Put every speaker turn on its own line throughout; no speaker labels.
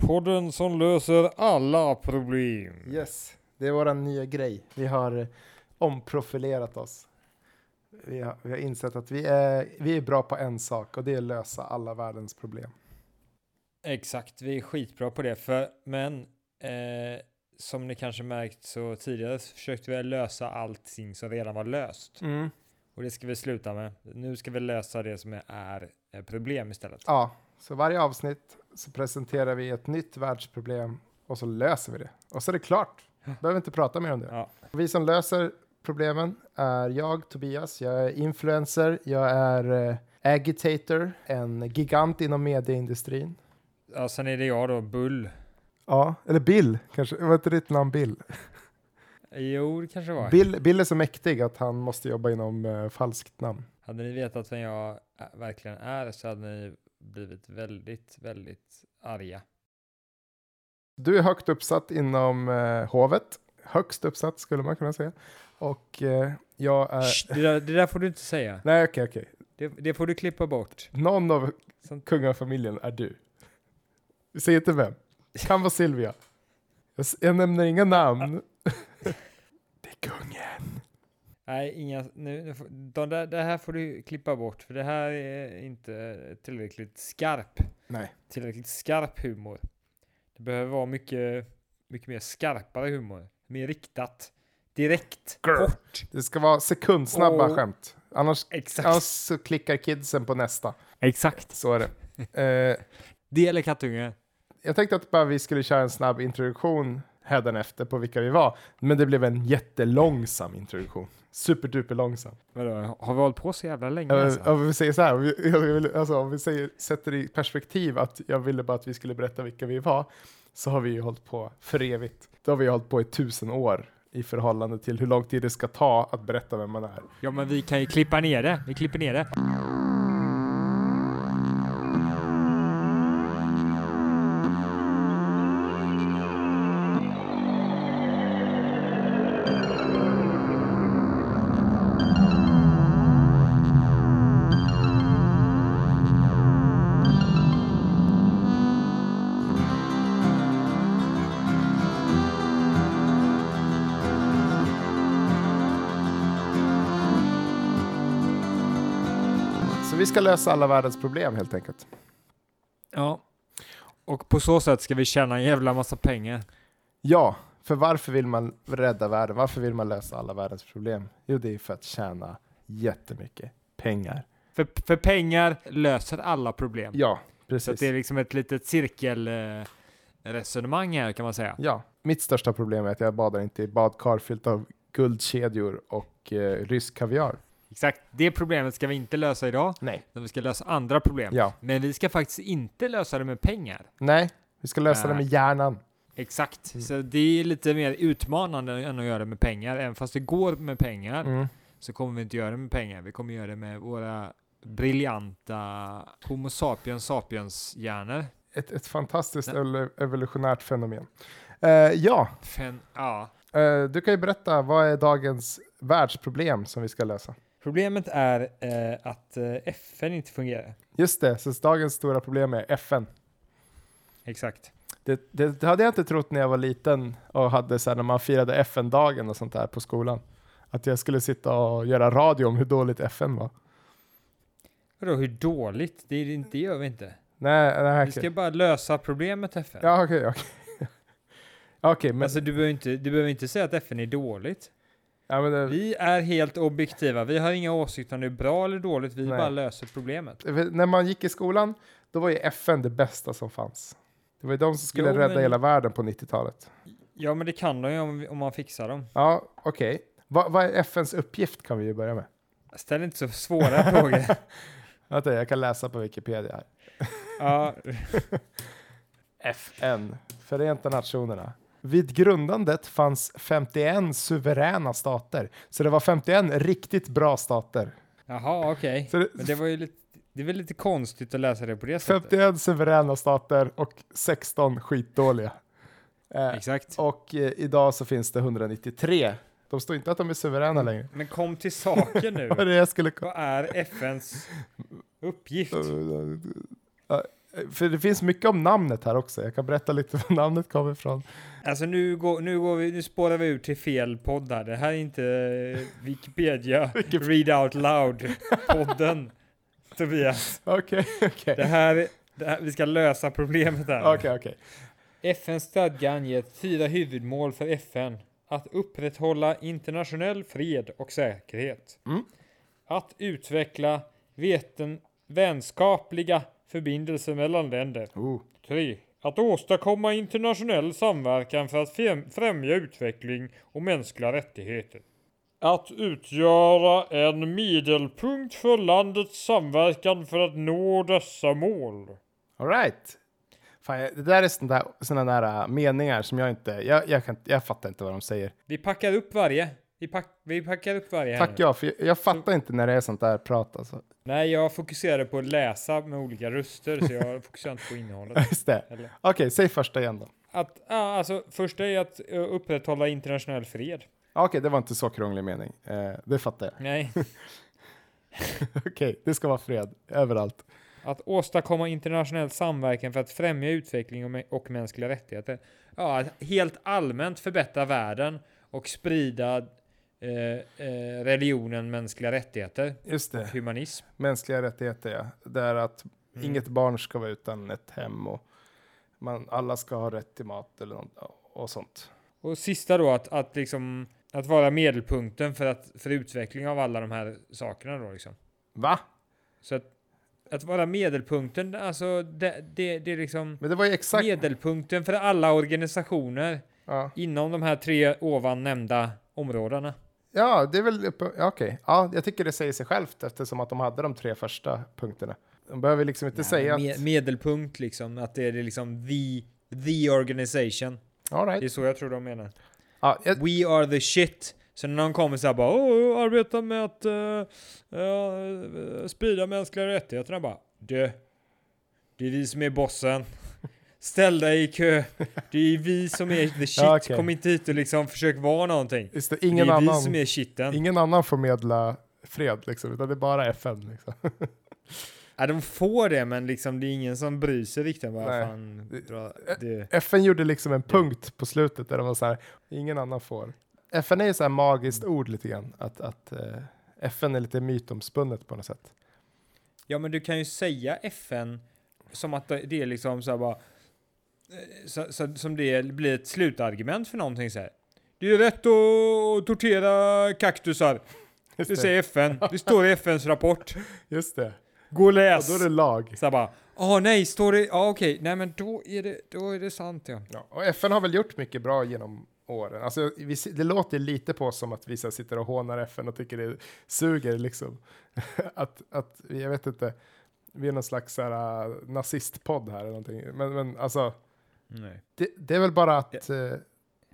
Podden som löser alla problem.
Yes, det är vår nya grej. Vi har eh, omprofilerat oss. Vi har, vi har insett att vi är, vi är bra på en sak och det är att lösa alla världens problem.
Exakt, vi är skitbra på det. För, men eh, som ni kanske märkt så tidigare så försökte vi lösa allting som redan var löst. Och det ska vi sluta med. Nu ska vi lösa det som är, är eh, problem istället.
Ja, så varje avsnitt så presenterar vi ett nytt världsproblem och så löser vi det. Och så är det klart. Behöver inte prata mer om det.
Ja.
Vi som löser problemen är jag, Tobias. Jag är influencer. Jag är eh, agitator, en gigant inom medieindustrin.
ja, sen är det jag då, Bull.
Ja, eller Bill kanske. Var inte ditt namn Bill?
Jo, det kanske det var.
Bill, Bill är så mäktig att han måste jobba inom eh, falskt namn.
Hade ni vetat vem jag ä- verkligen är så hade ni blivit väldigt, väldigt arga.
Du är högt uppsatt inom eh, hovet. Högst uppsatt skulle man kunna säga. Och eh, jag är...
Shh, det, där, det där får du inte säga.
Nej, okej, okej.
Det, det får du klippa bort.
Någon av
Sånt-
kungafamiljen är du. Säg inte vem. Kan vara Silvia. Jag, s- jag nämner inga namn. Det är kungen.
Nej, inga, nu, nu, får- de där, det här får du klippa bort för det här är inte tillräckligt skarp.
Nej.
Tillräckligt skarp humor. Det behöver vara mycket, mycket mer skarpare humor. Mer riktat. Direkt. Hårt.
Det ska vara sekundsnabba
Åh.
skämt. Annars,
Exakt.
annars så klickar kidsen på nästa.
Exakt.
Så är det. Eh,
Det eller kattunge.
Jag tänkte att bara vi skulle köra en snabb introduktion hädanefter på vilka vi var. Men det blev en jättelångsam introduktion. Superduper långsam.
Vadå, har vi hållit på så jävla länge?
Äh,
alltså?
Om vi säger så här, om vi, jag vill, alltså, om vi säger, sätter i perspektiv att jag ville bara att vi skulle berätta vilka vi var, så har vi ju hållit på för evigt. Då har vi ju hållit på i tusen år i förhållande till hur lång tid det ska ta att berätta vem man är.
Ja, men vi kan ju klippa ner det. Vi klipper ner det.
Så vi ska lösa alla världens problem helt enkelt.
Ja. Och på så sätt ska vi tjäna en jävla massa pengar.
Ja, för varför vill man rädda världen? Varför vill man lösa alla världens problem? Jo, det är för att tjäna jättemycket pengar.
För, för pengar löser alla problem.
Ja,
så att
precis.
det är liksom ett litet cirkelresonemang här kan man säga.
Ja, mitt största problem är att jag badar inte i badkar fyllt av guldkedjor och eh, rysk kaviar.
Exakt. Det problemet ska vi inte lösa idag,
Nej.
utan vi ska lösa andra problem.
Ja,
Men vi ska faktiskt inte lösa det med pengar.
nej, vi ska lösa det
Nej.
med hjärnan.
Exakt.
Mm.
Så det är lite mer utmanande än att göra det med pengar. Även fast det går med pengar
Mm.
så kommer vi inte göra det med pengar. Vi kommer göra det med våra briljanta Homo sapiens sapiens hjärnor.
Ett, ett fantastiskt ev- evolutionärt fenomen. Eh, ja,
Fen- ja.
eh, du kan ju berätta vad är dagens världsproblem som vi ska lösa?
Problemet är eh, att eh, FN inte fungerar.
Just det, så dagens stora problem är FN.
Exakt.
Det, det, det hade jag inte trott när jag var liten och hade så här, när man firade FN-dagen och sånt där på skolan. Att jag skulle sitta och göra radio om hur dåligt FN var.
Vadå, hur dåligt? Det, är det inte- det gör vi inte.
Nej, nej
Vi
okej.
ska bara lösa problemet FN.
Ja, okej, okej. Okej, men,
Alltså, du, behöver inte, du behöver inte säga att FN är dåligt.
ja, men det,
Vi är helt objektiva. Vi har inga åsikter om det är bra eller dåligt. Vi
Nej.
bara löser problemet.
när man gick i skolan, då var ju FN det bästa som fanns. Det var ju de som skulle
Jo,
rädda
men-
hela världen på 90-talet.
Ja, men det kan de ju om, om man fixar dem.
Ja, okej. Va, vad är FNs uppgift kan vi ju börja med.
Ställ inte så svåra frågor.
Vänta, jag kan läsa på Wikipedia här.
Ja,
FN, Förenta Nationerna. Vid grundandet fanns 51 suveräna stater, så det var 51 riktigt bra stater.
jaha, okej.
Så det,
Men det var ju lite... Det är väl lite konstigt att läsa det på det sättet?
51 suveräna stater och 16 skitdåliga. Eh,
Exakt.
Och eh, idag så finns det 193. De står inte att de är suveräna längre.
Men kom till saken nu.
Vad är det jag skulle...
Vad är FNs uppgift?
Eh, För det finns mycket om namnet här också. Jag kan berätta lite var namnet kommer ifrån.
Alltså nu går, nu går vi, nu spårar vi ut till fel podd här. Det här är inte eh, Wikipedia read out loud-podden, Tobias.
Okej,
Det
okej.
här, det här, vi ska lösa problemet här.
Okej, okej.
FNs stadga anger fyra huvudmål för FN. Att upprätthålla internationell fred och säkerhet.
Mm.
Att utveckla veten, vänskapliga förbindelser mellan länder.
Oh.
3. Att åstadkomma internationell samverkan för att främ- främja utveckling och mänskliga rättigheter. Att utgöra en medelpunkt för landets samverkan för att nå dessa mål.
All right. Fan, jag- det där är sådana där, såna där äh, meningar som jag inte... Jag, jag, kan, inte- jag fattar inte vad de säger.
Vi packar upp varje. Vi, pack- vi packar upp varje här
Tack
nu.
ja, för jag, jag fattar inte när det är sånt där prat alltså.
Nej, jag fokuserade på att läsa med olika röster så jag fokuserar inte på innehållet.
Just det.
Eller?
Okej, säg första igen då.
Att, ja, alltså, första är att eh, upprätthålla internationell fred.
Okej, det var inte så krånglig mening. Eh, det fattar jag.
Nej.
Okej, det ska vara fred överallt.
Att åstadkomma internationell samverkan för att främja utveckling och, mä- och mänskliga rättigheter. Ja, att helt allmänt förbättra världen och sprida eh, eh, religionen mänskliga rättigheter,
Just det.
humanism.
Mänskliga rättigheter, ja. Det är att
Mm.
inget barn ska vara utan ett hem och man, alla ska ha rätt till mat eller något, och sånt.
Och sista då att, att liksom att vara medelpunkten för, att, för utveckling av alla de här sakerna då liksom.
Va?
Så att, att vara medelpunkten, alltså det, det, det är liksom
Men det var ju exakt...
medelpunkten för alla organisationer
Ja.
inom de här tre ovan nämnda områdena.
ja, det är väl... uppe- ja, Okej. Ja, jag tycker det säger sig självt eftersom att de hade de tre första punkterna. De behöver liksom inte
Nej,
säga
Eh, me-
att...
Medelpunkt liksom, att det är det liksom the, the organization.
All
Det är
right.
så jag tror de menar.
Ja, jag,
We are the shit. Så när någon kommer så här bara Åh, arbeta med att uh, sprida mänskliga rättigheter. Jag bara du, det är vi som är bossen. Ställ dig i kö. Det är vi som är the shit.
Ja, okej.
Kom inte hit och liksom försök vara någonting.
just det,
det är
ingen,
vi
annan,
som är shitten.
ingen annan får medla fred liksom, utan det är bara FN liksom.
Ja, de får det, men liksom det är ingen som bryr sig riktigt. Bara,
Nej. Eh,
fan,
Det-
dra, det.
FN gjorde liksom en punkt på slutet där de var så här, ingen annan får. FN är ju så här magiskt ord lite grann, att, att eh, FN är lite mytomspunnet på något sätt.
Ja, men du kan ju säga FN som att det det är liksom så här bara. eh, Så, så, som det blir ett slutargument för någonting så här. Det är rätt att tortera kaktusar.
Just
Det säger FN. Det står i FNs rapport.
Just det.
Gå och
Ja,
läs.
då är det lag.
Så här bara. Ja, nej, står det. Ja, okej. Nej, men då är det. Då är det sant. Ja.
Ja, och FN har väl gjort mycket bra genom åren. Alltså, vi, si- det låter lite på oss som att vi så här sitter och hånar FN och tycker det suger liksom. att, att, jag vet inte, vi är någon slags så här, äh, nazistpodd här eller någonting. Men, men alltså,
Nej.
det, det är väl bara att eh,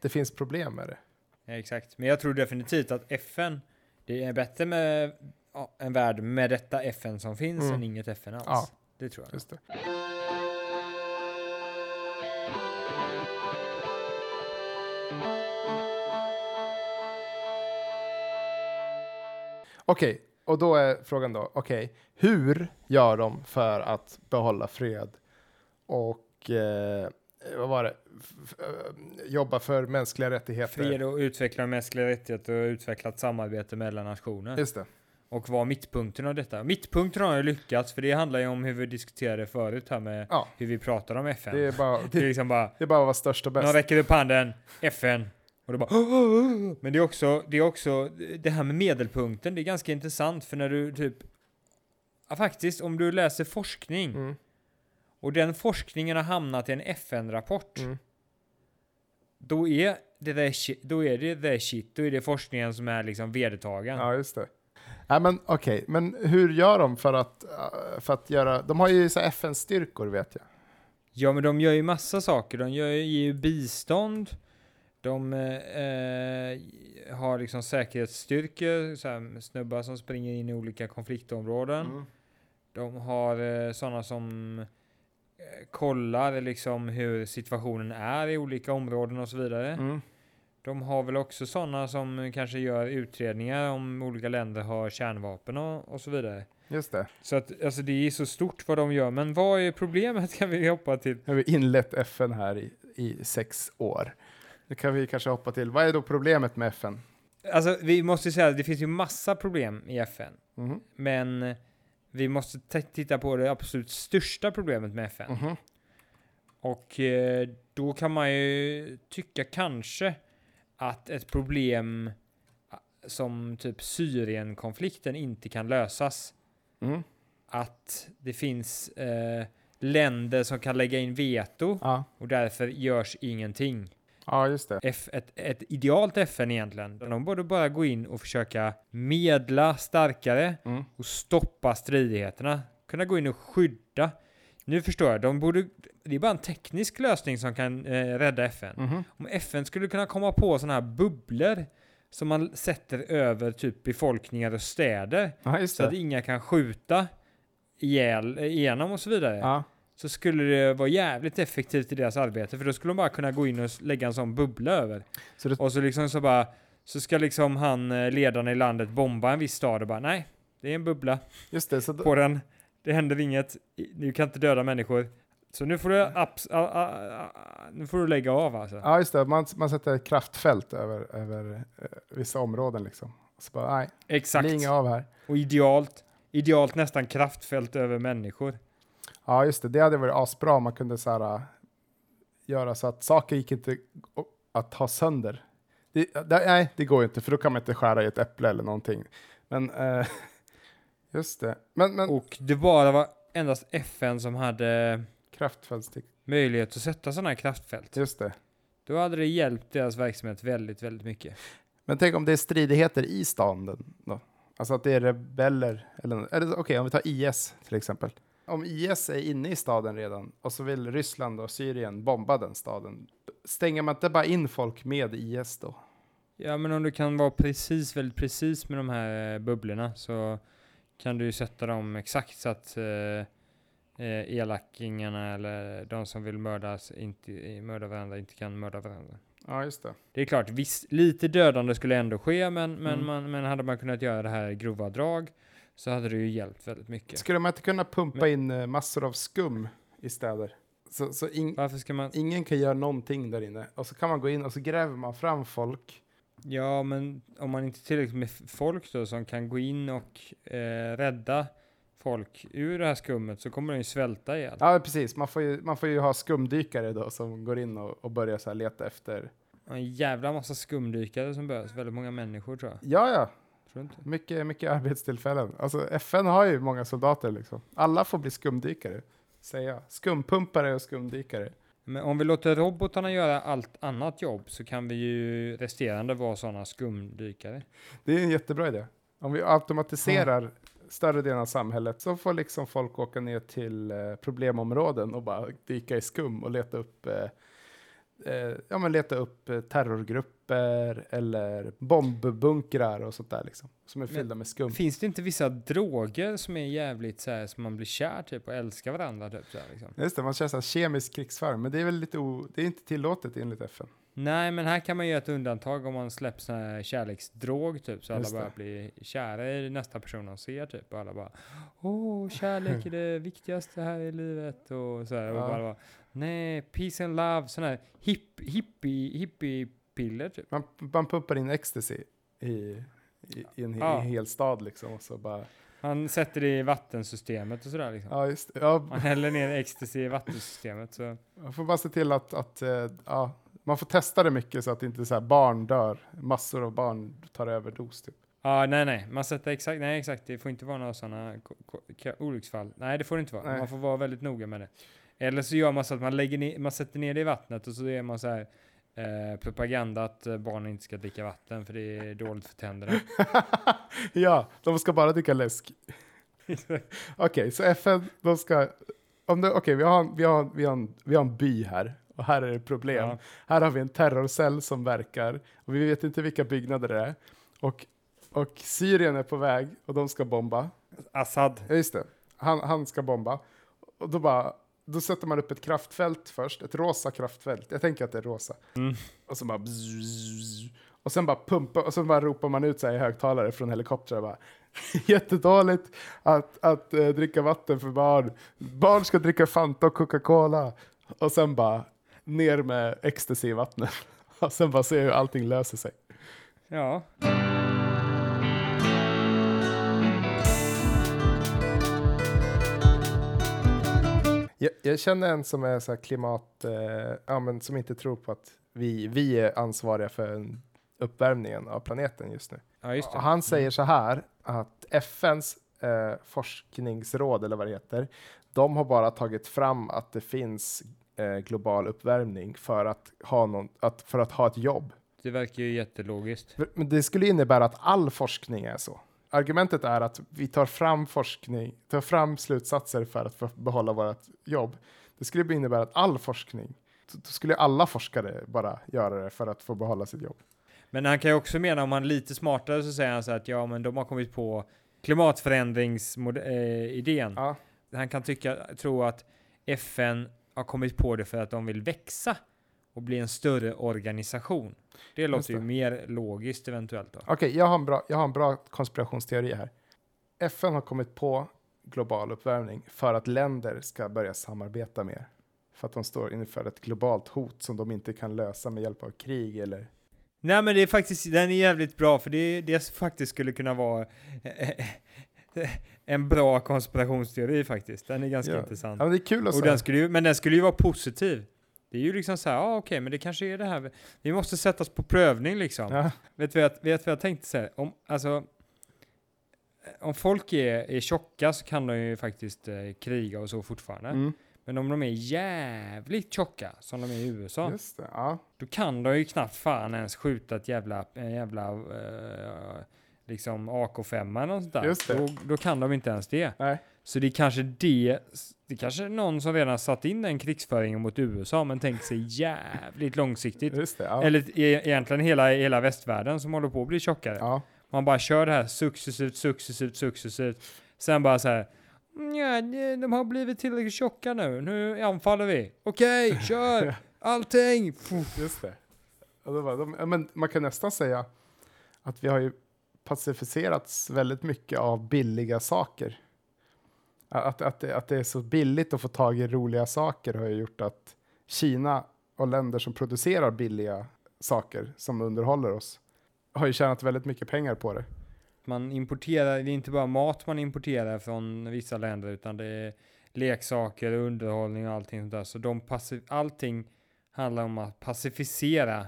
det finns problem med det.
Ja, exakt. Men jag tror definitivt att FN. Det är bättre med ja, en värld med detta FN som finns
Mm.
än inget FN alls.
Ja.
Det tror jag.
Just det. Okej, och då är frågan då, okej, hur gör de för att behålla fred och eh, vad var det, F- f- eh, jobba för mänskliga rättigheter?
Fred och utveckla mänskliga rättigheter och utveckla ett samarbete mellan nationer.
Just det.
och vara mittpunkten av detta. Mittpunkten har ju lyckats, för det handlar ju om hur vi diskuterade förut här med
Ja.
hur vi pratar om FN.
Det
Det,
är bara, det,
är liksom bara,
det är bara att vara störst och
någon
bäst.
räcker upp handen, FN. Och det bara, "Åh, åh, åh, åh." men det är, också, det är också, det här med medelpunkten, det är ganska intressant för när du typ, ja, faktiskt om du läser forskning
Mm.
och den forskningen har hamnat i en FN-rapport,
Mm.
då är det the shit, då är det the shit, då är det forskningen som är liksom vedertagen.
Ja, just det. Ja, men okej, men hur gör de för att, eh, för att göra, de har ju så här FN-styrkor vet jag.
Ja, men de gör ju massa saker. De gör ju, ger ju bistånd. De eh, eh, har liksom säkerhetsstyrkor, så här, snubbar som springer in i olika konfliktområden.
Mm.
De har eh, sådana som eh, kollar liksom hur situationen är i olika områden och så vidare.
Mm.
De har väl också sådana som kanske gör utredningar om olika länder har kärnvapen och, och så vidare.
Just det.
Så att, alltså det är så stort vad de gör, men vad är problemet kan vi hoppa till?
Nu har vi inlett FN här i, i sex år. Nu kan vi kanske hoppa till, vad är då problemet med FN?
Alltså vi måste ju säga att det finns ju massa problem i FN,
Mhm.
men vi måste t- titta på det absolut största problemet med FN.
Mhm.
Och eh, då kan man ju tycka kanske att ett problem som typ Syrienkonflikten inte kan lösas.
Mm.
Att det finns eh, länder som kan lägga in veto
Ja.
och därför görs ingenting.
ja, just det.
F, ett, ett idealt FN egentligen. De borde bara gå in och försöka medla starkare
Mm.
och stoppa stridigheterna. Kunna gå in och skydda. Nu förstår jag, de borde, det är bara en teknisk lösning som kan eh, rädda FN.
Mhm.
Om FN skulle kunna komma på sådana här bubblor som man sätter över typ befolkningar och städer
Ja, just
så att
det.
inga kan skjuta ihjäl, igenom och så vidare
Ja.
så skulle det vara jävligt effektivt i deras arbete för då skulle de bara kunna gå in och s- lägga en sån bubbla över.
Så det-
Och så liksom så bara, så ska liksom han, eh, ledaren i landet bomba en viss stad och bara nej, det är en bubbla
Just det. Så då,
på den. Det händer inget, I- du kan inte döda människor. Så nu får du, abs- a, a, a, nu får du lägga av alltså.
ja, just det. Man, man sätter ett kraftfält över, över eh, vissa områden liksom. Så bara, nej, det
Exakt.
blir inga av här.
Och idealt, idealt nästan kraftfält över människor.
Ja, just det. Det hade varit asbra om man kunde så här, äh, göra så att saker gick inte o- att ha sönder. Det, det, nej, det går ju inte, för då kan man inte skära i ett äpple eller någonting. Men, eh, just det. Men, men
Och det bara var endast FN som hade
kraftfältstick,
möjlighet att sätta sådana här kraftfält.
just det.
Då hade det hjälpt deras verksamhet väldigt, väldigt mycket.
Men tänk om det är stridigheter i staden då? Alltså att det är rebeller eller nå- eller Okej, om vi tar IS till exempel. Om IS är inne i staden redan och så vill Ryssland och Syrien bomba den staden. Stänger man inte bara in folk med IS då?
Ja, men om du kan vara precis, väldigt precis med de här eh, bubblorna så kan du ju sätta dem exakt så att eh, eh, elackingarna eller de som vill mördas inte, eh, mörda varandra inte kan mörda varandra.
Ja, just det.
Det är klart, visst, lite dödande skulle ändå ske, men, men,
Mm.
man, men hade man kunnat göra det här i grova drag så hade det ju hjälpt väldigt mycket.
Skulle man inte kunna pumpa in eh, massor av skum i städer? Så, så in,
Varför ska man?
ingen kan göra någonting där inne. Och så kan man gå in och så gräver man fram folk.
Ja, men om man inte är tillräckligt med f- folk då som kan gå in och eh, rädda folk ur det här skummet så kommer de ju svälta ihjäl.
Ja, precis. Man får ju, man får ju ha skumdykare då som går in och, och börjar så här leta efter.
En jävla massa skumdykare som behövs, väldigt många människor tror jag.
Ja, ja.
Tror du inte?
Mycket, mycket arbetstillfällen. Alltså FN har ju många soldater liksom. Alla får bli skumdykare, säger jag. Skumpumpare och skumdykare.
Men om vi låter robotarna göra allt annat jobb så kan vi ju resterande vara sådana skumdykare.
Det är en jättebra idé. Om vi automatiserar större delen av samhället så får liksom folk åka ner till eh, problemområden och bara dyka i skum och leta upp, eh, eh, ja, men leta upp eh, terrorgrupper eller bombbunkrar och sånt där liksom, som är
Men-
fyllda med skum.
Finns det inte vissa droger som är jävligt så här som man blir kär typ och älskar varandra typ så här, liksom?
Just det, man kör så här kemisk krigsföring, men det är väl lite o, det är inte tillåtet enligt FN.
Nej, men här kan man göra ett undantag om man släpper sån här kärleksdrog typ så alla
Just det.
bara blir kära i nästa person de ser typ och alla bara Åh, kärlek är det viktigaste här i livet och så här och
Ja.
bara, bara Nej, peace and love, sån här hipp, hippie, hippie piller typ.
Man, man pumpar in ecstasy i, i, i, en, he-
Ja.
i en hel stad liksom och så bara,
Man sätter det i vattensystemet och sådär liksom.
ja just det, ja,
Man häller ner ecstasy i vattensystemet så.
Man får bara se till att, att eh, ja, man får testa det mycket så att inte så här barn dör, massor av barn tar överdos. Typ.
Ja, nej, nej, man sätter exakt, nej exakt, det får inte vara några sådana ko- ko- ka- olycksfall. Nej, det får det inte vara.
Nej.
Man får vara väldigt noga med det. Eller så gör man så att man, lägger ner, man sätter ner det i vattnet och så är man så här eh, propaganda att eh, barnen inte ska dricka vatten för det är dåligt för tänderna.
ja, de ska bara dricka läsk. Okej, så FN, de ska... Om det, okej, vi, har, en- vi, har, vi, har en, vi har en by här och här är det problem.
Ja.
Här har vi en terrorcell som verkar och vi vet inte vilka byggnader det är. Och, och Syrien är på väg och de ska bomba.
Assad.
Ja, just det. Han, han ska bomba. Och då bara, då sätter man upp ett kraftfält först, ett rosa kraftfält. Jag tänker att det är rosa.
Mm.
Och så bara... bzzz. Och sen bara pumpa, och sen bara ropar man ut så här i högtalare från helikoptrar bara jättedåligt att, att eh, dricka vatten för barn. Barn ska dricka Fanta och Coca-Cola. Och sen bara ner med ecstasy i vattnet. Och sen bara se hur allting löser sig.
Ja.
Jag, jag känner en som är så här klimat, eh, ja, men som inte tror på att vi, vi är ansvariga för en- uppvärmningen av planeten just nu.
Ja, just
Och
det. Mm.
han säger så här att FNs eh, forskningsråd eller vad det heter, de har bara tagit fram att det finns eh, global uppvärmning för att ha någon, att, för att ha ett jobb.
Det verkar ju jättelogiskt.
För- Men det skulle innebära att all forskning är så. Argumentet är att vi tar fram forskning, tar fram slutsatser för att få behålla vårt jobb. Det skulle innebära att all forskning, då skulle alla forskare bara göra det för att få behålla sitt jobb.
Men han kan ju också mena om han är lite smartare så säger han så här att ja, men de har kommit på eh, klimatförändringsidén.
Ja.
Han kan tycka, tro att FN har kommit på det för att de vill växa och bli en större organisation. Det låter ju
det.
mer logiskt eventuellt då.
Okej, jag, har en bra- jag har en bra konspirationsteori här. FN har kommit på global uppvärmning för att länder ska börja samarbeta mer. För att de står inför ett globalt hot som de inte kan lösa med hjälp av krig eller...
Nej men det är faktiskt, den är jävligt bra för det, det faktiskt skulle kunna vara eh, en bra konspirationsteori faktiskt. Den är ganska
Ja.
intressant.
Ja, men det är kul att
Och
säga.
den skulle ju, men den skulle ju vara positiv. Det är ju liksom så här, ja ah, okej, men det kanske är det här. vi- Vi måste sättas på prövning liksom.
Ja,
Vet du vad jag, vet du vad jag tänkte så här? Om, alltså, eh, om folk är, är tjocka så kan de ju faktiskt eh, kriga och så fortfarande.
mm,
Men om de är jävligt tjocka, som de är i USA,
just det. Ja.
då kan de ju knappt fan ens skjuta ett jävla, en jävla eh, liksom AK5 eller något sånt där.
Just det.
Då, då kan de inte ens det.
Nej.
Så det är kanske det, det är kanske är någon som redan satt in den krigsföringen mot USA men tänkt sig jävligt långsiktigt.
Just det. Ja.
Eller e- egentligen hela, hela västvärlden som håller på att bli tjockare.
ja.
Man bara kör det här successivt, successivt, successivt. Sen bara så här. "Nja, de- de har blivit tillräckligt tjocka nu. Nu anfaller vi. Okej, kör! Allting! Fuh.
Just det. Ja, det var, de, ja, men man kan nästan säga att vi har ju pacificerats väldigt mycket av billiga saker. Att, att, det, att det är så billigt att få tag i roliga saker har ju gjort att Kina och länder som producerar billiga saker som underhåller oss har ju tjänat väldigt mycket pengar på det.
Man importerar, det är inte bara mat man importerar från vissa länder utan det är leksaker, och underhållning och allting sånt där. Så de passi- allting handlar om att pacificera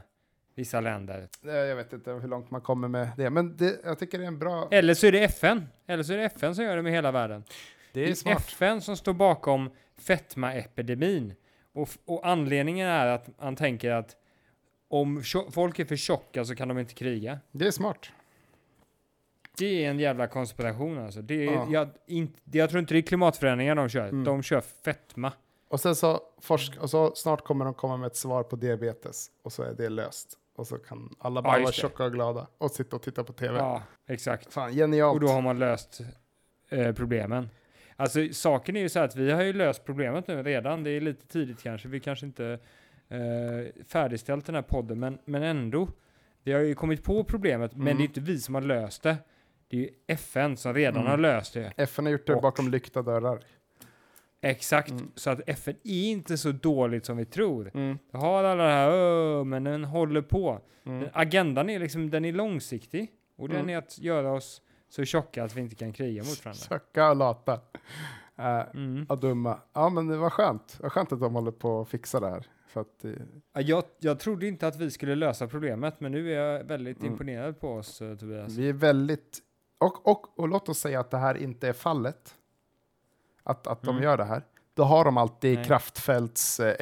vissa länder.
Eh, Jag vet inte hur långt man kommer med det, men det, jag tycker det är en bra...
Eller så är det FN. Eller så är det FN som gör det med hela världen.
Det är smart.
FN som står bakom fetmaepidemin. Och, f- och anledningen är att han tänker att om tjo- folk är för tjocka så kan de inte kriga.
Det är smart.
Det är en jävla konspiration alltså. Det är,
Ja.
jag, in, jag tror inte det är klimatförändringar de kör.
Mm.
De kör fetma.
Och sen så, forsk och så snart kommer de komma med ett svar på diabetes och så är det löst. Och så kan alla
Ja,
bara
just
vara
det.
tjocka och glada och sitta och titta på tv.
Ja, exakt.
Fan, genialt.
Och då har man löst eh, problemen. Alltså saken är ju så här att vi har ju löst problemet nu redan. Det är lite tidigt kanske. Vi kanske inte eh, färdigställt den här podden, men, men ändå. Vi har ju kommit på problemet, men
Mm.
det är inte vi som har löst det. Det är ju FN som redan
Mm.
har löst det.
FN har gjort det
Och-
bakom lyckta dörrar.
Exakt.
Mm.
Så att FN är inte så dåligt som vi tror. Det har alla det här, "Åh", men den håller på.
Mm.
Den- Agendan är liksom, den är långsiktig. Och den
Mm.
är att göra oss så tjocka att vi inte kan kriga mot varandra.
Tjocka och lata. Eh,
Mm.
och dumma. Ja, men det var skönt. Vad skönt att de håller på att fixa det här. För att, eh,
Ja, Jag, jag trodde inte att vi skulle lösa problemet, men nu är jag väldigt
Mm.
imponerad på oss eh, Tobias.
vi är väldigt... Och, och, och låt oss säga att det här inte är fallet. Att, att de
Mm.
gör det här. Då har de alltid
Nej.
Kraftfeldts eh,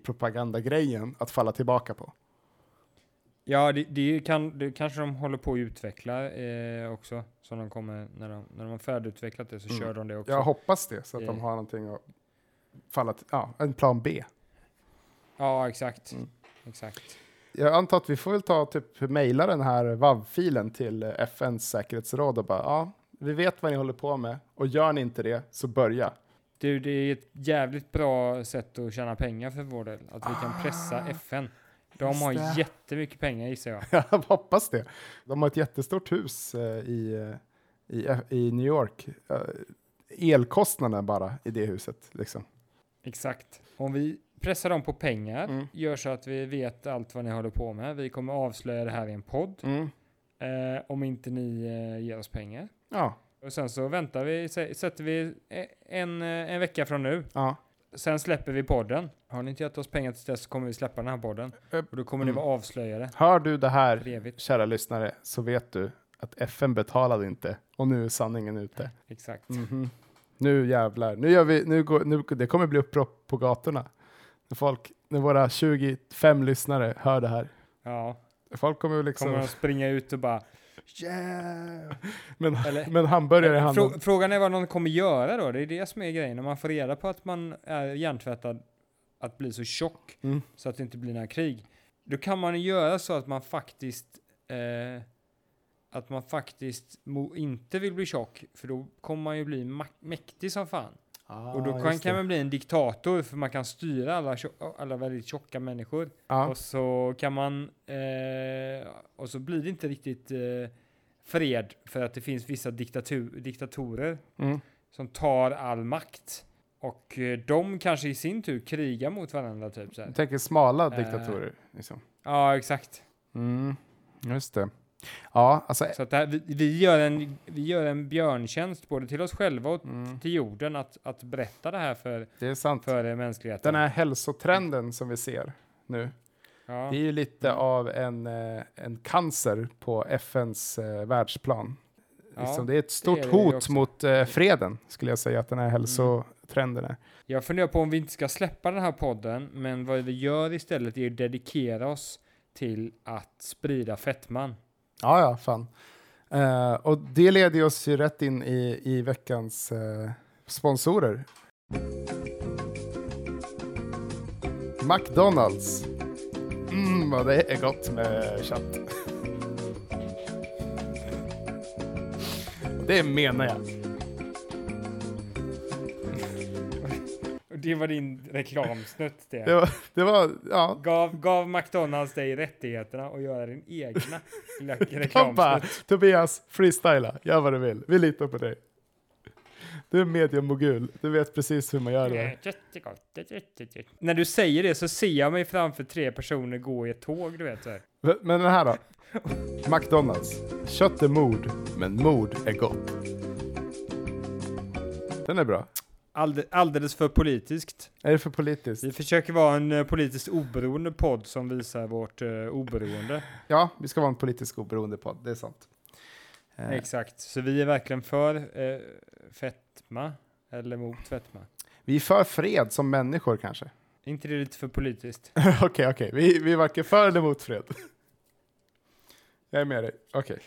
ecstasy-propagandagrejen att falla tillbaka på.
Ja, det, det, kan, det kanske de håller på att utveckla eh, också. Som de kommer, när, de, när de har färdigutvecklat det så
Mm.
kör de det också.
Jag hoppas det, så att de
Eh.
har någonting att falla till. Ja, en plan B.
Ja, exakt.
Mm.
Exakt.
Jag antar att vi får väl ta typ mejla den här WAV-filen till eh, FNs säkerhetsråd och bara ja, vi vet vad ni håller på med och gör ni inte det så börja.
Du, det är ett jävligt bra sätt att tjäna pengar för vår del. Att vi kan pressa
Ah,
FN. De
just
har
det.
jättemycket pengar gissar jag.
Jag hoppas det. De har ett jättestort hus eh, i, eh, i, i New York. Eh, elkostnaderna bara i det huset. Liksom.
Exakt. Om vi pressar dem på pengar,
Mm.
gör så att vi vet allt vad ni håller på med. Vi kommer avslöja det här i en podd
Mm.
eh, om inte ni eh, ger oss pengar.
Ja,
Och sen så väntar vi, sä- sätter vi eh, en, eh, en vecka från nu.
ja.
Sen släpper vi podden. Har ni inte gett oss pengar till dess så kommer vi släppa den här podden.
Eh,
Och då kommer
mm.
ni vara avslöjade.
Hör du det här,
för evigt.
kära lyssnare, så vet du att FN betalade inte och nu är sanningen ute.
Exakt.
Mhm. Nu jävlar, nu gör vi, nu går, nu, det kommer bli upprop på gatorna. När folk, när våra 25 lyssnare hör det här.
Ja.
Folk kommer ju liksom,
Kommer de springa ut och bara Yeah!
men,
Eller,
men hamburgare i handen.
frå, frågan är vad någon kommer göra då. Det är det som är grejen. Om man får reda på att man är hjärntvättad att bli så tjock
Mm.
så att det inte blir några krig. Då kan man ju göra så att man faktiskt eh, att man faktiskt mo- inte vill bli tjock för då kommer man ju bli mak- mäktig som fan. Och
Ah,
då kan, kan man bli en diktator för man kan styra alla, tjo- alla väldigt tjocka människor.
ja.
Och så kan man eh, och så blir det inte riktigt eh, fred för att det finns vissa diktatu- diktatorer
mm.
som tar all makt. Och eh, de kanske i sin tur krigar mot varandra typ så här.
Jag tänker smala
Eh.
diktatorer. Liksom.
Ja, exakt.
Mm. Just det. Ja, alltså.
Så att det här, vi, vi, gör en, vi gör en björntjänst både till oss själva och
Mm.
till jorden att, att berätta det här för,
Det är sant.
för eh, mänskligheten.
Den här hälsotrenden som vi ser nu,
ja.
det är ju lite
Mm.
av en, eh, en cancer på FNs eh, världsplan.
Ja,
Liksom, det är ett stort
är det ju
hot
också. Mm.
mot eh, freden, skulle jag säga att den här hälsotrenden är.
Jag funderar på om vi inte ska släppa den här podden, men vad vi gör istället är att dedikera oss till att sprida fettman.
Ja, ja, fan. Eh, och det leder ju oss ju rätt in i, i veckans eh, sponsorer. McDonalds. Mm, vad det är gott med kött. Det menar jag.
Och det var din reklamsnutt det.
Det var, det var ja.
Gav, gav McDonalds dig rättigheterna att göra din egna lilla
Jag bara,
reklamsnutt.
Tobias, freestyla, gör vad du vill. Vi litar på dig. Du är mediemogul, du vet precis hur man gör
Det
det.
är jättegott, det är jättegott. När du säger det så ser jag mig framför tre personer gå i ett tåg, du vet. Så här.
V- Men den här då? McDonalds. Kött är mord, men mord är gott. Den är bra.
Allde- alldeles för politiskt.
Är det för politiskt?
Vi försöker vara en eh, politiskt oberoende podd som visar vårt eh, oberoende.
Ja, vi ska vara en politisk oberoende podd, det är sant. Eh,
Exakt, så vi är verkligen för eh, fetma eller mot fetma.
vi är för fred som människor kanske.
Är inte det lite för politiskt?
Okej, okej. Vi, vi är varken för eller mot fred. Jag är med dig. Okej.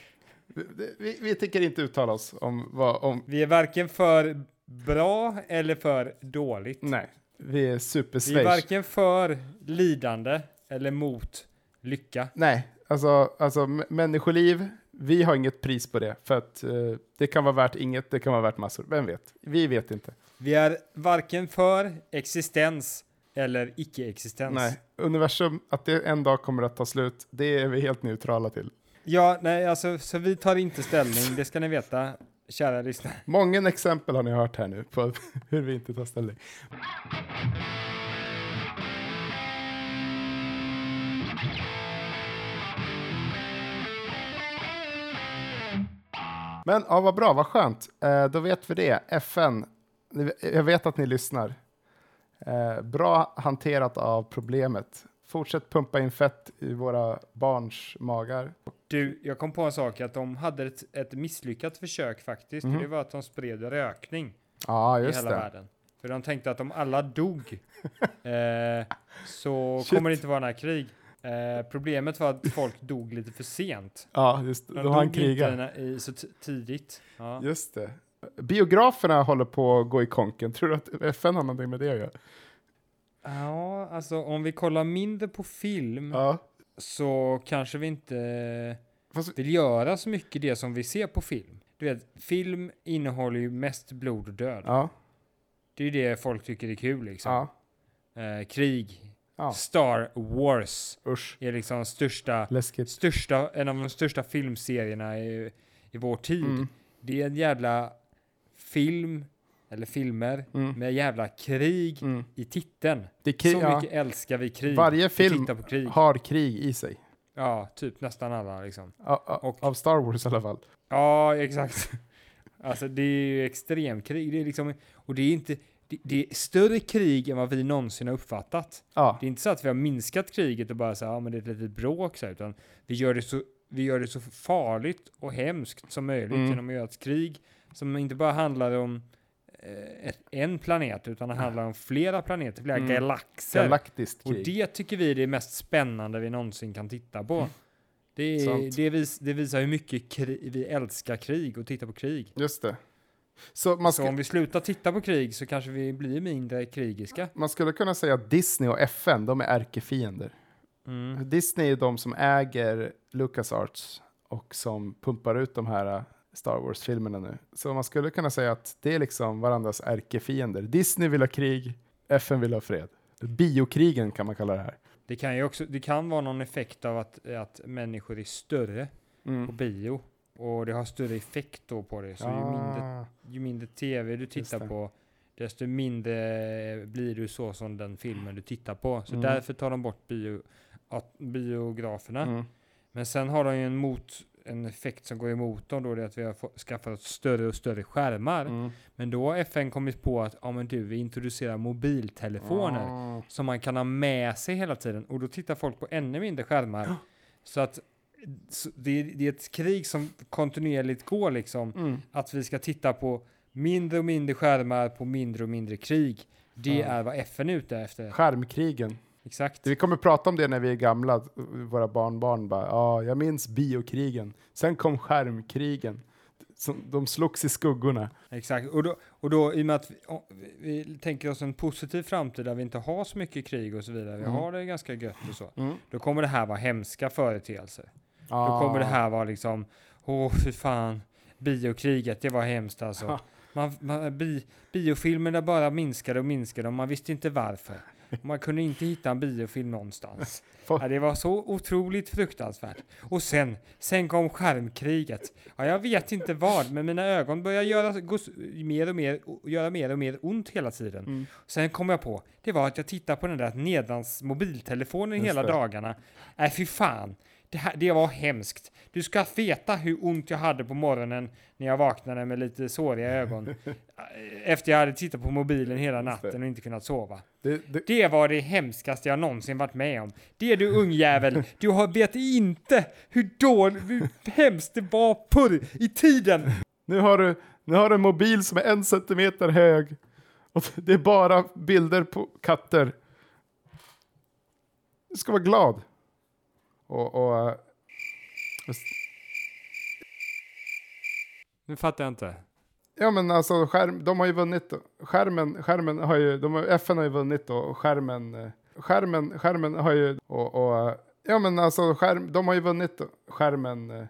Vi, vi, vi tänker inte uttala oss om vad... Om,
Vi är varken för bra eller för dåligt.
nej, vi är
Vi är
supersvejs.
varken för lidande eller mot lycka.
Nej, alltså, alltså m- människoliv, vi har inget pris på det. För att eh, det kan vara värt inget, det kan vara värt massor. Vem vet? Vi vet inte.
Vi är varken för existens eller icke-existens.
Nej, universum, att det en dag kommer att ta slut, det är vi helt neutrala till.
Ja, nej, alltså, så vi tar inte ställning, det ska ni veta, kära lyssnare.
Många exempel har ni hört här nu på hur vi inte tar ställning. Men ja, vad bra, vad skönt. Eh, då vet vi det. FN, ni- jag vet att ni lyssnar. Eh, bra hanterat av problemet. Fortsätt pumpa in fett i våra barns magar.
Du, jag kom på en sak, att de hade ett, ett misslyckat försök faktiskt, och
Mhm.
det var att de spred rökning.
Ja,
i
just
hela
det.
världen. För de tänkte att om alla dog eh, så
Shit.
kommer det inte vara några krig. Eh, problemet var att folk dog lite för sent.
Ja, just det. Då har
dog
han krigat.
inte i, så t- tidigt. Ja.
Just det. Biograferna håller på att gå i konken. Tror du att FN har någonting med det att göra?
Mm. ja, alltså om vi kollar mindre på film
Ja.
så kanske vi inte
Fast-
vill göra så mycket det som vi ser på film. Du vet, film innehåller ju mest blod och död.
Ja.
Det är ju det folk tycker är kul liksom.
ja.
Eh, krig.
Ja.
Star Wars
Usch.
är liksom största
Läskigt.
största, en av de största filmserierna i, i vår tid.
Mm.
Det är en jävla film, eller filmer,
Mm.
med jävla krig
Mm.
i titeln.
Det är krig,
Så
ja,
mycket älskar vi krig.
Varje
Vi
film
tittar på krig.
har krig i sig.
Ja, typ nästan alla liksom.
Ja, ja,
Och-
Av Star Wars i alla fall.
Ja, exakt. Alltså det är ju extremkrig. Det är liksom, och det är inte, det, det är större krig än vad vi någonsin har uppfattat.
Ja,
Det är inte så att vi har minskat kriget och bara så här, ja men det är ett litet bråk så här, utan vi gör det så, vi gör det så farligt och hemskt som möjligt
Mm.
genom att göra ett krig som inte bara handlar om eh, ett, en planet utan det handlar om flera planeter, flera
Mm.
galaxer.
galaktiskt
Och
krig.
det tycker vi är det mest spännande vi någonsin kan titta på. Det, är,
Mm. Sant.
det, vis, det visar hur mycket kri, vi älskar krig och tittar på krig.
Just det. Så man,
Så om
ska,
vi slutar titta på krig så kanske vi blir mindre krigiska.
man skulle kunna säga att Disney och FN, de är ärkefiender.
Mm.
Disney är de som äger LucasArts och som pumpar ut de här eh, Star Wars-filmerna nu. Så man skulle kunna säga att det är liksom varandras ärkefiender. Disney vill ha krig, FN vill ha fred. Biokrigen kan man kalla det här.
Det kan ju också, det kan vara någon effekt av att, att människor är större
Mm.
på bio och det har större effekt då på det. Så ju, mindre,
Ah,
ju mindre tv du tittar
det.
på desto mindre blir du så som den filmen du tittar på. Så
Mm.
därför tar de bort bio, att, biograferna.
mm.
Men sen har de ju en, mot, en effekt som går emot dem då, det är att vi har få- skaffat oss större och större skärmar.
Mm.
Men då har FN kommit på att, ja men du, vi introducerar mobiltelefoner
Ah.
som man kan ha med sig hela tiden och då tittar folk på ännu mindre skärmar. Så att så det, är, det är ett krig som kontinuerligt går liksom,
Mm.
att vi ska titta på mindre och mindre skärmar på mindre och mindre krig. Det
Ja.
är vad FN är ute efter.
Skärmkrigen.
Exakt.
Vi kommer prata om det när vi är gamla. att Våra barnbarn bara, ja, jag minns biokrigen. Sen kom skärmkrigen. Som- De slogs i skuggorna.
Exakt, och då, och då i och med att vi, å- vi, vi tänker oss en positiv framtid där vi inte har så mycket krig och så vidare, vi
Mm.
har det ganska gött och så,
Mm.
då kommer det här vara hemska företeelser. Då kommer det här vara liksom, åh fy fan, biokriget, det var hemskt alltså.
Ha.
Man, man, bi, biofilmerna bara minskade och minskade och man visste inte varför. Man kunde inte hitta en biofilm någonstans.
Folk-
Ja, det var så otroligt fruktansvärt. Och sen, sen kom skärmkriget. Ja, jag vet inte vad, men mina ögon började göra, gå, s- mer och mer, o- göra mer och mer ont hela tiden.
Mm.
Sen kom jag på, det var att jag tittade på den där nedans mobiltelefonen
Just
hela
det.
dagarna. Nej, fy fan. Det, här, det var hemskt. Du ska veta hur ont jag hade på morgonen när jag vaknade med lite såriga ögon. Efter jag hade tittat på mobilen hela
Just det.
natten och inte kunnat sova.
Det, det,
Det var det hemskaste jag någonsin varit med om. Det du ungjävel, du har vet inte hur dåligt, hur hemskt det var förr i tiden.
nu, har du, nu har du en mobil som är en centimeter hög. Och det är bara bilder på katter. Du ska vara glad. Och, och eh,
Nu fattar jag inte.
Ja men alltså skärm, de har ju vunnit. då. Skärmen, skärmen har ju, de har, FN har ju vunnit då, och skärmen, eh, skärmen, skärmen har ju, och, och eh, ja men alltså skärm, de har ju vunnit. då. Skärmen, eh,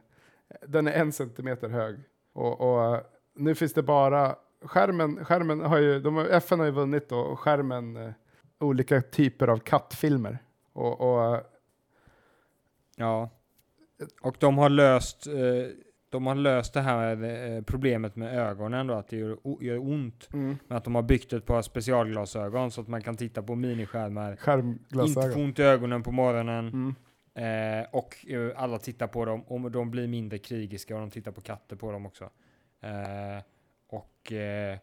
den är en centimeter hög. Och, och eh, nu finns det bara, skärmen, skärmen har ju, de har, FN har ju vunnit då, och skärmen, eh, olika typer av kattfilmer. Och, och eh,
Ja. Och de har löst, eh, de har löst det här eh, problemet med ögonen då, att det gör, o- gör ont. Men att de har byggt ett par specialglasögon så att man kan titta på miniskärmar. Inte få
skärmglasögon.
ont i ögonen på morgonen.
Mm.
Eh, och eh, alla tittar på dem och de blir mindre krigiska och de tittar på katter på dem också. Eh, och eh,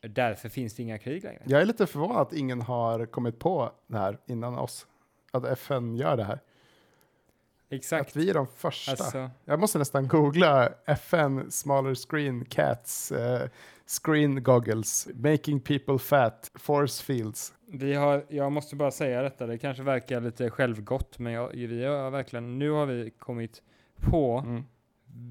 därför finns det inga krig längre.
Jag är lite förvånad att ingen har kommit på det här innan oss. Att FN gör det här.
Exakt.
Att vi är de första.
Alltså,
Jag måste nästan googla FN smaller screen cats eh, screen goggles making people fat force fields.
vi har, jag måste bara säga detta, det kanske verkar lite självgott, men jag, vi har verkligen, nu har vi kommit på
Mm.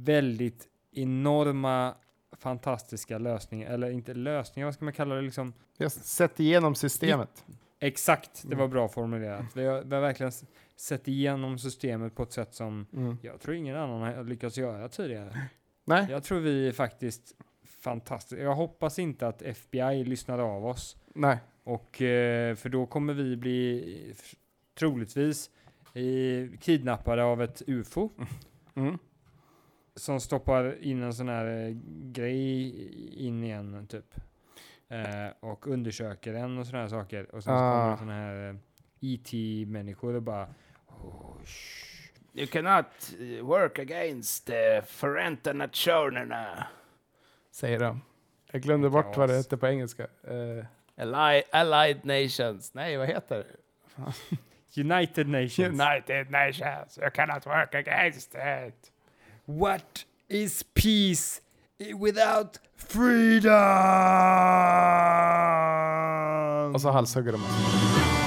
väldigt enorma fantastiska lösningar, eller inte lösningar, vad ska man kalla det liksom?
Vi har sett igenom systemet.
Exakt, det
Mm.
var bra formulerat. Vi har, vi har verkligen s- sett igenom systemet på ett sätt som
Mm.
Jag tror ingen annan har lyckats göra tidigare.
Nej,
Jag tror vi är faktiskt fantastiska. Jag hoppas inte att FBI lyssnar av oss.
nej.
Och, eh, för då kommer vi bli eh, f- troligtvis eh, kidnappade av ett UFO.
Mm.
som stoppar in en sån här eh, grej in i en typ. Eh, och undersöker den och såna här saker. Och sen så kommer
Ah.
det såna här eh, IT-människor och bara... "Oh, shh."
You cannot eh, work against eh, the Ferenta Nationerna.
säger de. Jag glömde bort vad det hette på engelska. Eh,
Allied, allied Nations. Nej, vad heter det?
United Nations.
United Nations. You cannot work against it.
What is peace without freedom?
och så halshugger de oss.